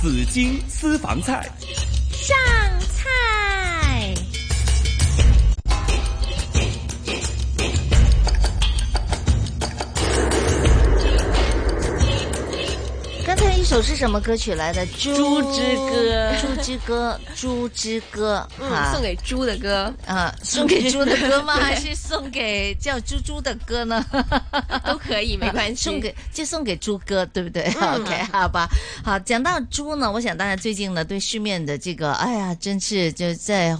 紫荆私房菜。上菜。刚才一首是什么歌曲来的？猪猪之歌猪之歌，猪之歌。嗯，好送给猪的歌啊，送给猪的歌吗？还是送给叫猪猪的歌呢？ 都可以，没关系。啊送给就送给猪哥，对不对、o 嗯 k 好吧。好，讲到猪呢，我想大家最近呢對市面的這個，哎呀，真是就真係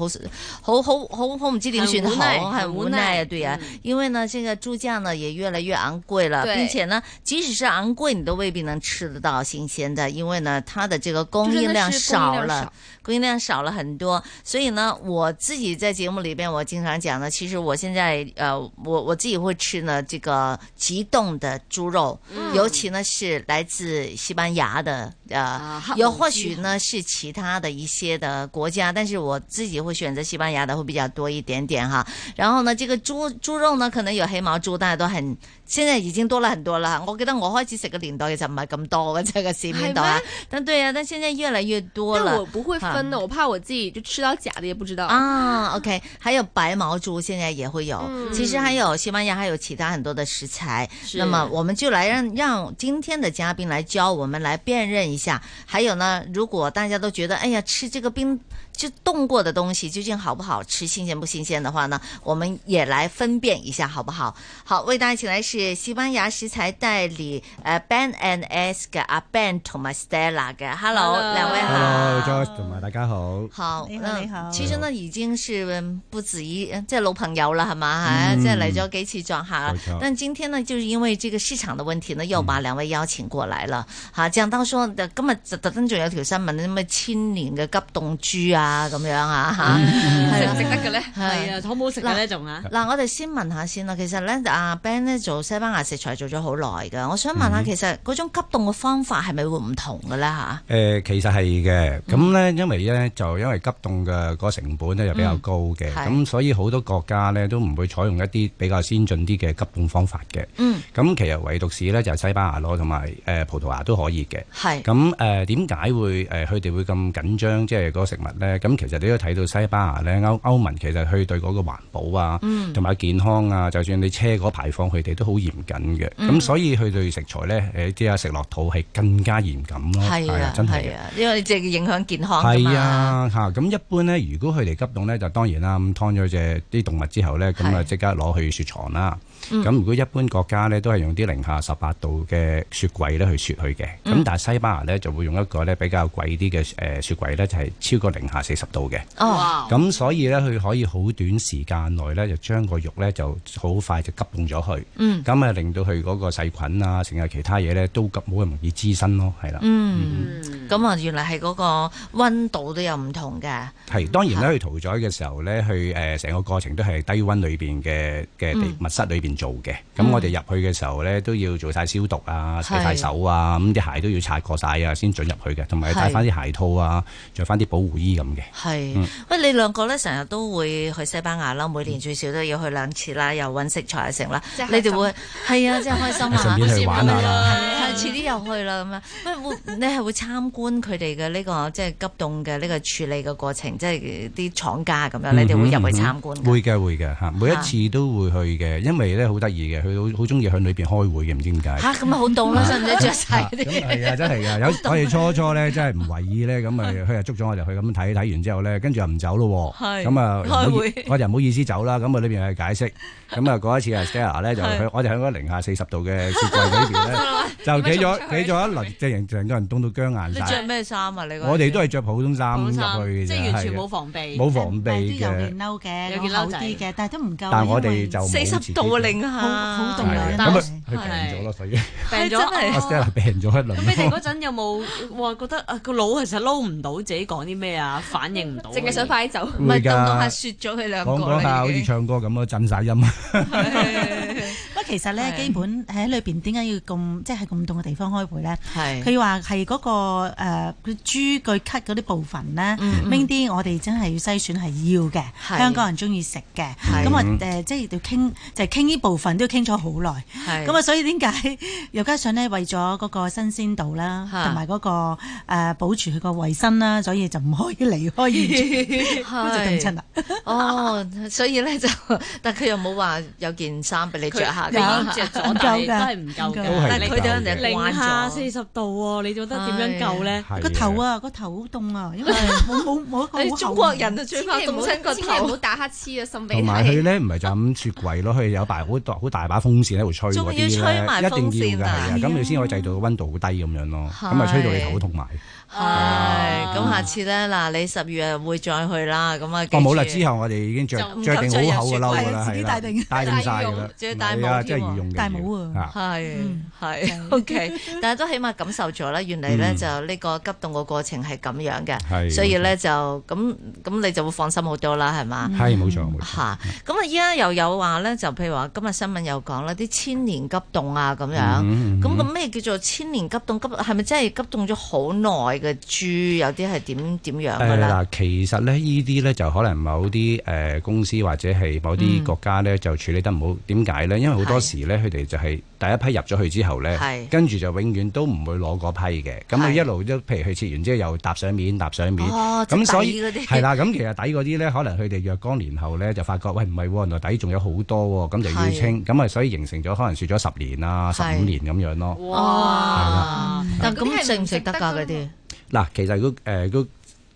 好好好好好唔知點算很無奈好，很很無無奈啊，奈對啊，嗯因為呢，這個猪價呢也越來越昂貴了，對並且呢，即使是昂貴，你都未必能吃得到新鮮的，因為呢，它的這個供就真應的量是供应少量了少。供应量少了很多，所以呢，我自己在节目里边，我经常讲呢，其实我现在呃，我我自己会吃呢这个急冻的猪肉，嗯尤其呢是来自西班牙的呃啊汉，有、堡或鸡许呢是其他的一些的国家，但是我自己会选择西班牙的会比较多一点点哈。然后呢，这个猪猪肉呢，可能有黑毛猪，大家都很。現在已經多了很多啦，我記得我開始食嘅年代其實唔係咁多嘅啫，個市面度啊係。但對啊，但現在越來越多但了。我不会分的，我怕我自己就吃到假的也不知道。啊，OK，还有白毛猪现在也会有，嗯其实还有西班牙还有其他很多的食材。是 那么我们就来让让今天的嘉宾来教我们来辨认一下。还有呢，如果大家都觉得哎呀吃这个冰就冻过的东西究竟好不好吃，新鲜不新鲜的话呢，我们也来分辨一下好不好？好，为大家请来是西班牙食材代理呃 Ben and S 嘅阿 Ben 同埋 Stella 嘅，Hello， Hello 两位好。 Hello，George 啊同埋大家好。好，你好那你好其實呢已經是嗯不止一即係老朋友啦，係嘛吓，嗯即係嚟咗幾次撞下啦冇錯。但今天呢，就是因為這個市場的問題呢，又把兩位邀請過來了。吓、講到說呃今日就特登仲有條新聞咩千年嘅急凍豬啊咁樣啊吓。係食啦唔食得嘅咧？係啊，好唔好食嘅咧仲嗯啊？嗱，我哋先問下先啦。其實咧，阿 Ben 咧做西班牙食材做咗好耐㗎。我想問下，嗯其實嗰種急凍嘅方法係咪會唔同嘅咧吓？誒、呃其實係嘅，咁咧，因為咧就因為急凍嘅嗰成本咧就比較高嘅，嗯咁、係所以好多國家咧都唔會採用一啲比較先進啲嘅急凍方法嘅。嗯，咁其實唯獨是咧就係、西班牙咯，同埋誒葡萄牙都可以嘅。係咁誒點解會誒呃佢哋會咁緊張即係嗰個食物咧？咁其實你都睇到西班牙咧歐歐盟其實佢對嗰個環保啊，嗯同埋、健康啊，就算你車嗰排放佢哋都好嚴謹嘅。咁、嗯所以佢對食材咧誒啲啊食落肚係更加嚴謹咯。係啊，真係係嘅。啊，因為即係影響健康㗎嘛係啊，嚇咁一般咧，如果佢哋急凍咧，就當然啦，咁劏咗只啲動物之後咧，咁啊係即刻攞去雪藏啦。嗯咁如果一般國家咧，都係用啲零下十八度嘅雪櫃咧去雪佢嘅。嗯咁但係西班牙咧就會用一個咧比較貴啲嘅誒雪櫃咧，就係超過零下四十度嘅。哦，咁所以咧，佢可以好短時間內咧，就將個肉咧就好快就急凍咗佢。嗯咁啊，令到佢嗰個細菌啊，成日其他嘢咧都急冇咁容易滋生咯，係啦。嗯。咁啊，原來係嗰個温度都有唔同嘅，係當然咧，去屠宰嘅時候咧，去誒成個過程都係低温裏邊嘅嘅地密室裏邊做嘅。咁我哋入去嘅時候咧，都要做晒消毒啊，洗晒係手啊，咁啲鞋都要擦過晒啊，先準入去嘅。同埋係戴翻啲鞋套啊，着翻啲保護衣咁嘅。係。嗯喂，你兩個咧成日都會去西班牙啦，每年最少都要去兩次啦，又揾食材食啦真。係你開哋心會係啊，真係開心 順啊！便去玩下啦。係遲啲又去啦咁樣。喂，會你係會參觀佢哋嘅呢個即係急凍嘅呢個處理嘅過程，即係啲廠家咁樣，你哋會入去參觀嗯㗎。會嘅會嘅嚇，每一次都會去嘅，因為咧好得意嘅，佢好好中意喺裏邊開會嘅，唔知點解。吓，咁咪好凍啦，使唔使着晒嗰啲？咁係啊，真 係㗎。有我哋初初咧，真係唔為意咧，咁咪佢又捉咗我哋去咁睇，睇完之後咧，跟住又唔走咯 係喎。咁啊，開唔好會意我就唔好意思走啦。咁啊，裏邊有解釋。咁啊，嗰一次啊，Stella 咧就係去，我哋喺嗰零下四十度嘅雪櫃裏 邊咧，就企咗企咗一輪，即係成個人凍到僵硬你晒着。咩衫啊？你嗰陣我哋都係着普通衫入好去心，嘅啫，即係完全係啊冇防備，冇防備但係都有嘅件。褸嘅，有有件件褸褸仔啲嘅，但係都唔夠啊。但我因哋為就冇四自十己度啊，着零下，好係凍啊啊因為咁啊，佢係病咗咯，所以病係真係咗。哦阿 Stella 病咗一輪。咁你哋嗰陣有冇哇覺得啊個腦其實撈唔到自己講啲咩啊，反應唔到，淨係想快啲走。唔係會凍到係㗎，雪咗佢兩個講講下啦好已似經。唱歌咁咯，震晒音。喂，其其實咧，係基本喺裏邊點解要咁即係咁凍嘅地方開會咧？係佢話係嗰個誒佢豬腳咳嗰啲部分咧，嗯嗯拎啲我哋真係要篩選係要嘅，係香港人中意食嘅。係咁啊誒，即係要傾就係傾呢部分都要傾咗好耐。係咁啊，所以點解又加上咧，為咗嗰個新鮮度啦，嚇同埋嗰個誒保持佢個衞生啦，所以就唔可以離開 現場，咁啊就凍親啦。啊哦，所以咧就， 但佢又冇話有件衫俾你着下佢㗎你已經着咗，但係都係唔夠唔夠嘅㗎。都係但係佢哋唔夠嘅人哋慣零下四咗。十度喎，你覺得點樣夠咧？係個頭啊，個頭好 凍啊，因為冇冇冇一個好你厚中國人就最千怕祈唔凍好親個千祈唔好頭。打乞嗤啊，擤鼻同埋佢涕。咧唔係就咁雪櫃咯，佢有大好大好大把風扇喺度吹嗰仲啲要咧，吹埋一定要嘅係風扇啊啊，咁你先可以製造個温度好低咁樣咯，咁啊吹到你頭痛埋。係，啊咁下次咧嗱，你十月會再去啦，咁啊，記哦冇啦，住之後我哋已經着就唔着定好厚嘅褸㗎係啦，啊自己係啦，帶定帶定晒㗎啦，仲要戴帽唔係啊，添真喎係御用嘅戴要帽啊係嗯係 OK，但係都起碼感受咗啦。原嚟咧嗯就呢個急凍嘅過程係咁樣嘅，係所以咧冇就咁咁你就會放心好多啦，係嘛？係冇錯冇錯。吓，咁啊依家又有話咧，就譬如話今日新聞又講啦，啲千年急凍啊咁樣。嗯嗯咁嗯咁咩叫做千年急凍？急係咪真係急凍咗好耐嘅豬？有啲係點點樣㗎誒啦？嗱，其實咧，呢啲咧就可能某啲誒公司或者係某嗯啲國家咧就處理得唔好。點解咧？因為好多係時咧，佢哋就係第一批入咗去之後咧係，跟住就永遠都唔會攞嗰批嘅。咁係佢一路都譬如佢切完之後又搭上面，搭上面。哦，即係咁所以底嗰啲係啦，咁其實底嗰啲咧，可能佢哋若干年後咧就發覺，喂唔係喎，原來底仲有好多喎，咁就要係清，咁啊所以形成咗可能雪咗十年啊、十係五年咁樣咯。哇！但嗰啲咁係食唔唔食食得得㗎嗰㗎啲嘛？嗱，其實如果誒如果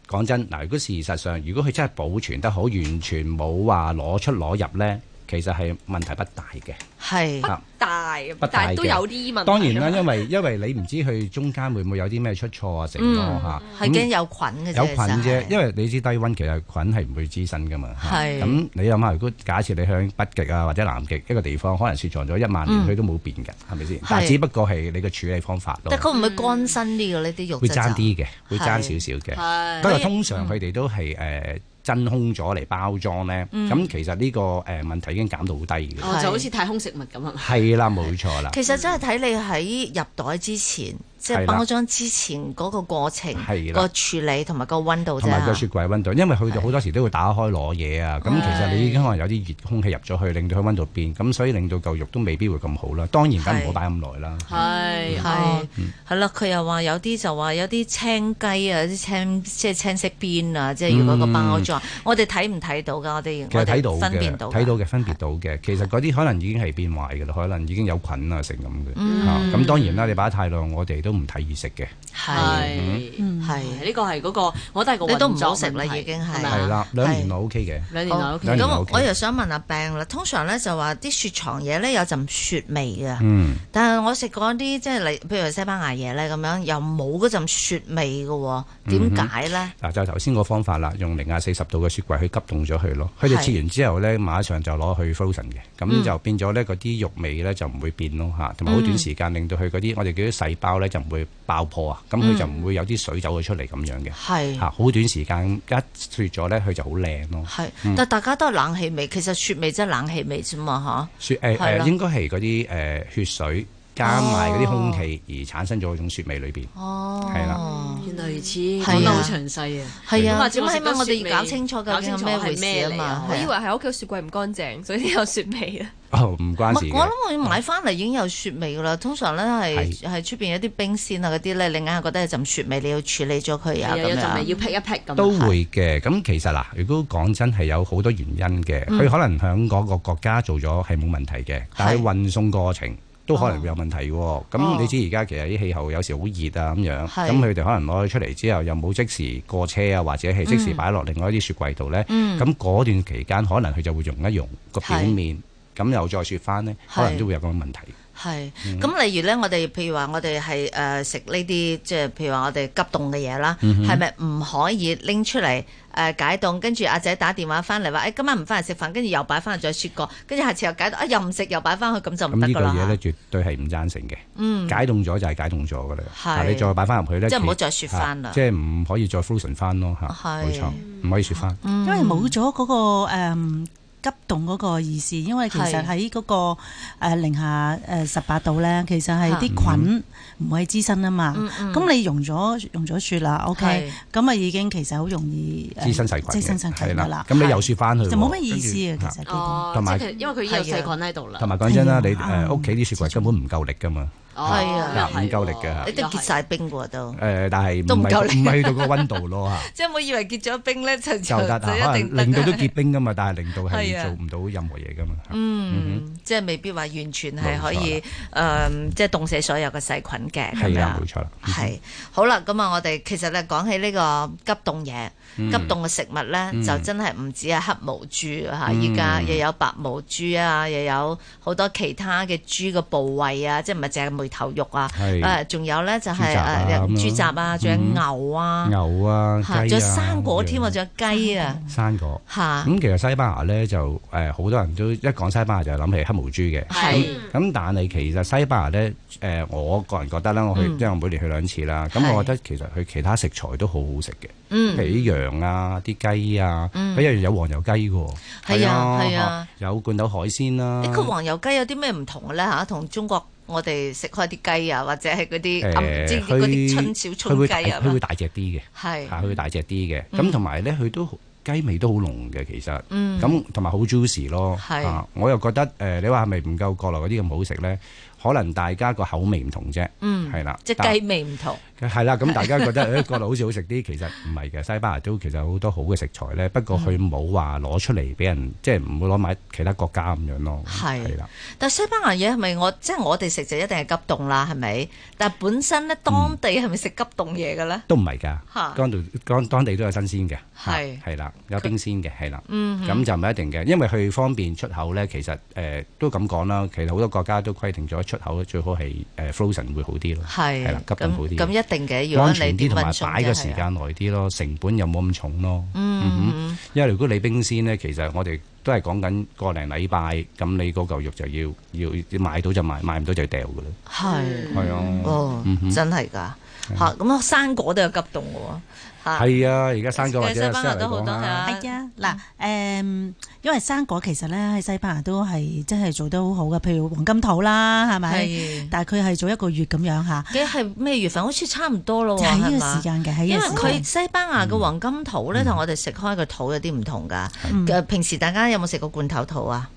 講真，嗱，如果事實上，如果佢真係保存得好，完全冇話攞出攞入咧，其實係問題不大嘅。係啊大，不大但係嘅都有啲問題。當然啦，，因為因為你唔知佢中間會唔會有啲咩出錯啊，成咯嚇。嗯係咁驚有菌嘅啫，有菌其實係啫，因為你知低温其實菌係唔會滋生噶嘛。嚇係咁你諗下，如果假設你向北極啊或者南極一個地方，可能雪藏咗一萬年，嗯佢都冇變㗎，係咪先？但係只不過係你嘅處理方法咯但，佢唔會乾身啲嘅呢啲肉會就爭啲嘅，會係爭少少嘅。係不過通常佢哋都係誒、呃真空咗嚟包裝咧，咁、其實呢、個誒、呃、問題已經減到好低嘅。哦，就好似太空食物咁啊係嘛？係啦，冇錯啦，其實真係睇你喺入袋之前，即係係啦包裝之前嗰個過程、係啦個處理同埋個温度啫同。埋個雪櫃温度，因為佢哋好多時都會打開攞嘢啊，咁其實你已經可能有啲熱空氣入咗去，令到佢温度變，咁所以令到嚿肉都未必會咁好啦。當然梗唔好擺咁耐啦。嗯係係係啦，佢又話有啲就話有啲青雞啊，有啲青即係青色邊啊，即係如果個包裝，我哋睇唔睇到㗎？我哋嗯其實我睇哋到分嘅，辨到㗎，睇到嘅分別到嘅，其實嗰啲可能已經係變壞嘅啦，可能已經有菌啊成咁嘅嚇。嗯咁、當然啦，你擺得太耐，我哋都唔提議食嘅。哦係係係呢個係嗰個，我覺得係個嗯你都唔運作好食啦問題已經係係咪啊係啦，兩年內 OK 嘅。兩年內好 OK 兩年哦咁，OK 我又想問下病啦，通常咧就話啲雪藏嘢咧有陣雪味嘅。嗯。但係我食嗰啲即係例，譬如西班牙嘢咧咁樣，又冇嗰陣雪味嘅喎，嗯點解咧？嗱就頭先個方法啦，用零下四十度嘅雪櫃去急凍咗佢咯。佢哋係切完之後咧，馬上就攞去 frozen 嘅，嗯咁就變咗咧嗰啲肉味咧就唔會變咯嚇，同埋好短時間令到佢嗰啲我哋叫啲細胞咧就唔會爆破啊，咁嗯佢就唔會有啲水走咗出嚟咁樣嘅係嚇，好短時間一雪咗咧，佢就好靚咯。係，但係大家都係冷氣味，其實雪味即係冷氣味啫嘛雪誒係啦誒應該係嗰啲誒血水加埋嗰啲空哦氣而產生咗嗰種雪味裏邊。嚇。哦，係啦原來如此，係啊講得好詳細啊！係啊，咁啊咁起碼我哋要搞清楚究竟係咩回事啊嘛。我以為係屋企個雪櫃唔乾淨，所以有雪 味啊。哦，唔唔關事係我諗嘅。我買翻嚟已經有雪味噶啦，通常咧係係係出邊有啲冰鮮啊嗰啲咧，你硬係覺得有陣雪味，你要處理咗佢係啊啊，有咁啊陣樣。味要劈一劈咁。啊都會嘅，咁其實嗱，如果講真係有好多原因嘅，嗯佢、可能喺嗰個國家做咗係冇問題嘅，但係運送過程都可能會有問題嘅喎。咁、哦你知而家其實啲氣候有時好熱啊咁樣，係咁佢哋可能攞咗出嚟之後又冇即時過車啊，或者係即時擺落另外一啲雪櫃度呢。嗯咁嗰、段期間可能佢就會溶一溶個表係面，咁又再雪翻呢，可能都會有咁嘅問題。係，嗯咁例如咧，我哋譬如話，我哋係誒食呢啲，即係譬如話我哋急凍嘅嘢啦，嗯係咪唔可以拎出嚟誒、呃解凍？跟住阿仔打電話翻嚟話，誒、哎今晚唔翻嚟食飯，跟住又擺翻去再雪過，跟住下次又解凍，啊又唔食又擺翻去，咁就唔咁得呢噶個啦嘢呢，嚇。絕對係唔贊成嘅。嗯，解凍咗就係解凍咗噶啦，係啊你再擺翻入去咧，即係唔好其再雪返啦啊即係唔可以再 frozen 翻咯嚇，係嗯冇錯，唔可以雪翻。因為冇咗嗰個誒急凍嗰個意思，因為其實係喺嗰個誒零下誒十八度咧，其實係嚇啲菌唔會滋生啊嘛。嗯嗯咁你溶咗溶咗雪啦，OK，咁啊已經其實好容易誒滋生細菌滋生嘅，細菌係㗎啦啦。，咁你又雪翻去喎，就冇乜意思跟啊嘅住其實。哦，同埋即係因啊為佢已經有細菌喺度啦同。埋講真啦，係啊嗯你啱誒屋企啲雪櫃根本唔夠力噶嘛，哦係啊又係唔夠力㗎喎你都又係結晒冰喎都，誒呃但係都唔唔夠力係唔係到個温度咯嚇。即係唔好以為結咗冰 咧就就得啊，可就一能定令到都結冰噶嘛，但係令到係係啊做唔到任何嘢噶嘛。嗯，即係未必話完全係冇可以誒，即係凍死所有嘅細菌嘅咁係啊嗯啦，樣冇。錯啦。係好啦，咁啊，我哋其實咧講起呢個急凍嘢、急凍嘅食物咧，嗯就真係唔止係黑毛豬啊！嚇嗯依家又有白毛豬啊，又有好多其他嘅豬嘅部位啊，即係唔係淨係梅頭肉啊？係誒，仲有咧就係豬雜啊誒咁樣豬雜啊，仲有嗯牛啊，牛啊，雞嚇啊，仲有生果添啊，咁樣仲有雞啊，生果。嚇咁其實西班牙咧就誒好多人都一講西班牙就諗起黑毛豬嘅。係咁但係其實西班牙咧誒，我個人覺得啦，我去嗯即係我每年去兩次啦。係咁我覺得其實佢其他食材都好好食嘅，譬如嗯啲羊啊、啲雞啊，嗯佢一樣有黃油雞嘅喎。係啊係啊，有罐頭海鮮啦。誒，佢黃油雞有啲咩唔同嘅咧嚇？同中國我哋食開啲雞啊，或者係嗰啲誒暗即係嗰啲春小佢春會大雞啊佢嘛會，大隻啲嘅。係。嚇佢會大隻啲嘅，嗯咁同埋咧佢都好雞味都好濃嘅其實，嗯，咁同埋好 juicy 咯，係啊我又覺得誒、呃你話係咪唔夠國內嗰啲咁好食咧？可能大家個口味唔同啫，嗯係啦，即係雞味唔同，但係 啦，咁大家覺得誒國內好似好食啲，其實唔係嘅，西班牙都其實有好多好嘅食材咧，不過佢冇話攞出嚟俾人，即係唔會攞埋其他國家咁樣咯，係係啦，但西班牙嘢係咪我即係我哋食就一定係急凍啦，係咪？但係本身咧，當地係咪食急凍嘢嘅咧？都唔係㗎。嚇，當地當當地都有新鮮嘅，係係啦，有冰鮮嘅，係啦。嗯咁就唔一定嘅，因為佢方便出口咧，其實誒、呃都咁講啦，其實好多國家都規定咗出口最好係誒、呃 frozen 會好啲咯，係係啦急凍好咁啲咁一定嘅，如果安你全啲同埋運送擺就係嘅時啊，間耐啲咯，成本又冇咁重咯。嗯，因為如果你冰鮮咧，其實我哋都係講緊個零禮拜，咁你嗰嚿肉就要要要買到就買，買唔到就掉㗎啦。係，係啊，哦嗯，哼真係㗎，嚇，咁生果都有急凍嘅喎，嚇，係啊，而家生果或嘅者西班牙 salad 嚟都好講多啦啊，係啊，嗱，誒，因為生果其實咧喺西班牙都係真係做得好好嘅，譬如黃金桃啦，係咪？係，大概係做一個月咁樣嚇，嘅係咩月份？好似差唔多咯就喎，係哦係呢個嘛時？間嘅，喺因呢為個時佢間。西班牙嘅黃金桃咧，同我哋食開嘅桃有啲唔同㗎。嗯誒平時大家有冇食過罐頭桃啊？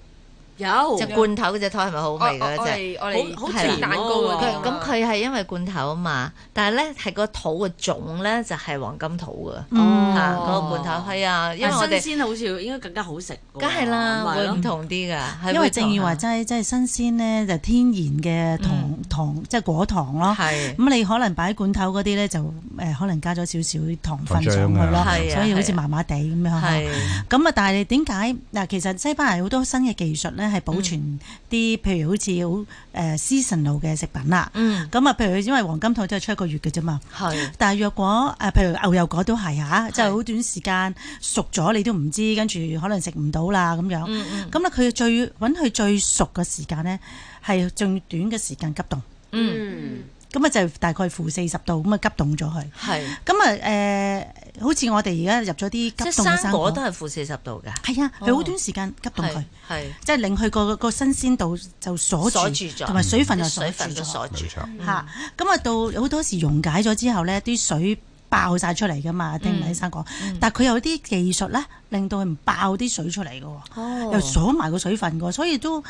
有即係罐頭嗰只桃係咪好我啊味嘅哦我咧？嚟我嚟好好甜蛋糕嗰即係我啲啊佢咁嘛佢係因為罐頭啊嘛，但係咧係個桃嘅種咧就係黃金桃嘅嗯嚇，嗰個罐頭係啊，因為我哋新鮮好似應該更加好食喎。梗係啦，哦咪係會咯唔同啲㗎，係因會為同正如話啊嗯齋，即係新鮮咧，就天然嘅糖糖，即係果糖咯。係咁你可能擺罐頭嗰啲咧，就誒可能加咗少少糖分上去糖漿咯啊，係啊所以好似係啊麻麻地咁樣。係咁啊，但係點解嗱？其實西班牙有好多新嘅技術咧，係保嗯存啲譬如好似好誒 seasonal 嘅食品啦。嗯咁啊，譬如因為黃金桃都係出一個月嘅啫嘛。係但係若果誒，譬如牛油果都係嚇，即係好短時間熟咗，你都唔知，跟住可能食唔到啦咁樣。嗯嗯咁咧，佢最揾佢最熟嘅時間咧，係最短嘅時間急凍，嗯嗯，咁啊就大概負四十度，咁啊急凍咗佢。係，咁啊誒，好似我哋而家入咗啲急即凍係嘅生生果果都，係負四十度㗎，係啊，佢好短時間急凍係佢，係即係令佢個個新鮮度就鎖鎖住住，咗嗯同埋水分又啲鎖水住分都咗鎖住冇。錯。嚇。咁啊到好多時溶解咗之後咧，啲水爆晒出嚟噶嘛，定唔係生果？但係佢有啲技術咧，令到佢唔爆啲水出嚟嘅喎。哦又鎖埋個水分㗎，所以都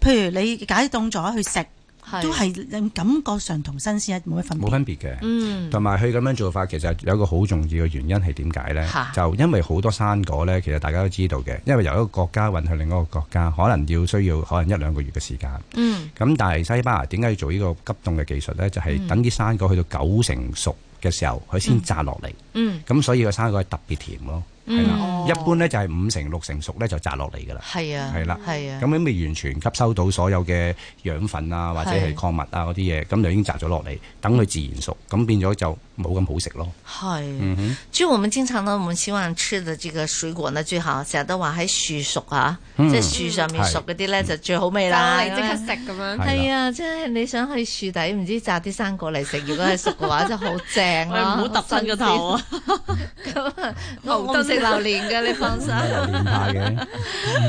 譬如你解凍咗去食，都係令感覺上同新鮮冇乜分冇別。分別嘅。嗯同埋佢咁樣做法，其實有一個好重要嘅原因係點解呢嚇？就因為好多生果呢，其實大家都知道嘅，因為由一個國家運去另一個國家，可能要需要可能一兩個月嘅時間。嗯咁但係西班牙點解要做呢個急凍嘅技術呢？就係等啲生果去到九成熟嘅時候，佢先摘落嚟。嗯咁所以個生果係特別甜咯，係啦。嗯一般呢就係五成六成熟呢就摘落嚟㗎啦。係啊係啦係啊咁你未完全吸收到所有嘅養分啊，或者係係礦物啊嗰啲嘢，咁就已經摘咗落嚟，等佢自然熟，咁變咗就冇咁好食 咯。係，嗯哼。就我們經常呢，我們希望吃的這個水果呢，最好成日都話喺樹熟啊，嗯即係樹上面熟嗰啲咧就最好味啦。嚟即刻咁樣食咁樣。係啦係啊，即係你想去樹底唔知摘啲生果嚟食，如果係熟嘅話就好正 喂，唔啦。好揼親個頭啊！咁啊！我牛我唔頓食榴蓮嘅，你 放心。榴蓮派嘅，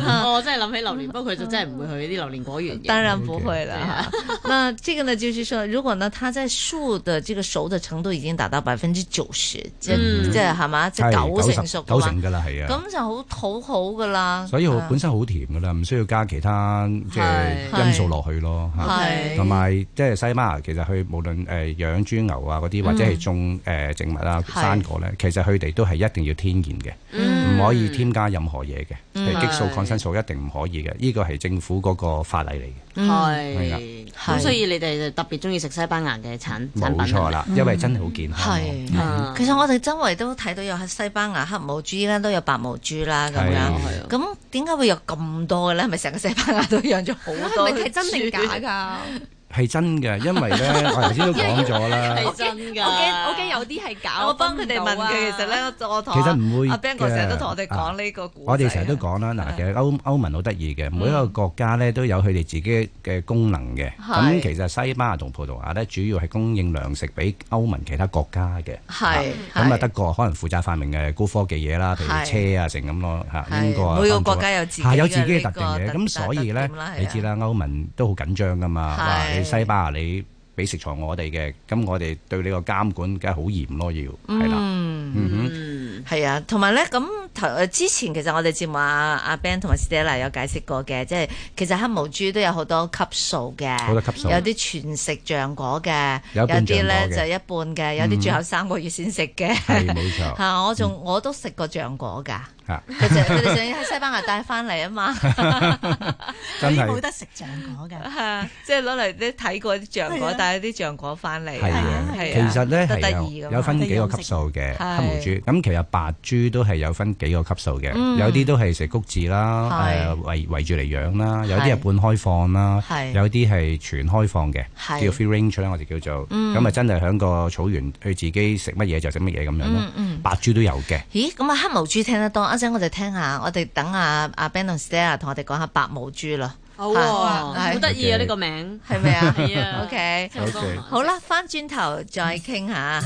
啊 我真係諗起榴蓮，不過佢就真係唔會去啲榴蓮果園嘅。当然不会了哈。 那这个呢，就是说，如果呢，它在树的这个熟的程度已经达到百分之九十，即嗯即係係嘛，即係係九成十熟九嘅話成，㗎啦，係啊。咁就好討好噶啦。所以好啊本身好甜㗎啦，唔需要加其他即係係因素落去咯嚇。係同埋即係西班牙，其實佢無論誒養豬牛啊嗰啲，或者係種誒植物啊嗯係嗯生果咧，其實佢哋都係一定要天然嘅，唔可以添加任何嘢嘅，譬如激素、係抗生素一定唔可以嘅，呢個係政府嗰個法例嚟嘅。嗯係啦嗯係，係咁所以你哋就特別中意食西班牙嘅產產冇品錯係咪。啦，因為真係好健康咯。啊嗯係。啊其實我哋周圍都睇到有西班牙黑毛豬啦，都有白毛豬啦咁係樣啊。係啊咁點解會有咁多嘅咧？係咪成個西班牙都養咗好 係多？咪係真定假？㗎？係真嘅，因為咧我頭先都講咗 啦，係真㗎。我驚我驚有啲係假， 我幫佢哋問分唔到啊佢，其實咧，我同其實唔會阿 Ben 哥嘅成日都同我哋啊講呢個故仔啊。嗯我哋成日都講啦，嗱，其實歐歐盟好得意嘅，每一個國家咧都有佢哋自己嘅功能嘅。係咁其實西班牙同葡萄牙咧，主要係供應糧食俾歐盟其他國家嘅。係咁啊，係德國可能負責發明嘅高科技嘢啦，譬係如車啊，成咁咯嚇。係英國啊每個法國啊國家有自己嚇有嘅自己嘅呢特定個嘅，特咁所以咧特點啦係啊，你知啦，歐盟都好緊張噶嘛。係哇！你西班牙你俾食材我哋嘅，咁我哋對你個監管梗係好嚴咯，要係啦。嗯，嗯哼。嗯係啊，同埋咧，咁頭誒之前其實我哋節目啊，阿 Ben 同埋 Stella 有解釋過嘅，即係其實黑毛豬都有好多級數嘅，好多級數有啲全食橡果嘅，有有一半啲咧橡果就嘅嗯一半嘅，有啲最後三個月先食嘅。 係 嗯冇錯嚇，我仲我都食過橡果㗎，嚇，佢就佢哋想喺西班牙帶翻嚟 啊嘛。 真冇係得食橡果嘅，啊即係攞嚟啲睇過啲橡係果啊，帶啲橡果翻嚟。係啊係其實咧都得係意有㗎有嘛分幾個級數嘅係黑毛豬，咁其實白豬都係有分幾個級數嘅，嗯有啲都係食谷字啦，係誒圍圍住嚟養啦，有係啲係半開放啦係，有啲係全開放嘅，係叫 free range 啦，我哋叫做，嗯咁啊真係喺個草原佢自己食乜嘢就食乜嘢咁樣嗯咯嗯。白豬都有嘅，咦，咁啊黑毛豬聽得多，一陣我哋聽下，我哋等阿阿 Ben 同 Stella 同我哋講下白毛豬啦，好喎，係好得意啊！呢個名係咪啊？係啊 OK，聽講好嘅好啦，翻轉頭再傾下。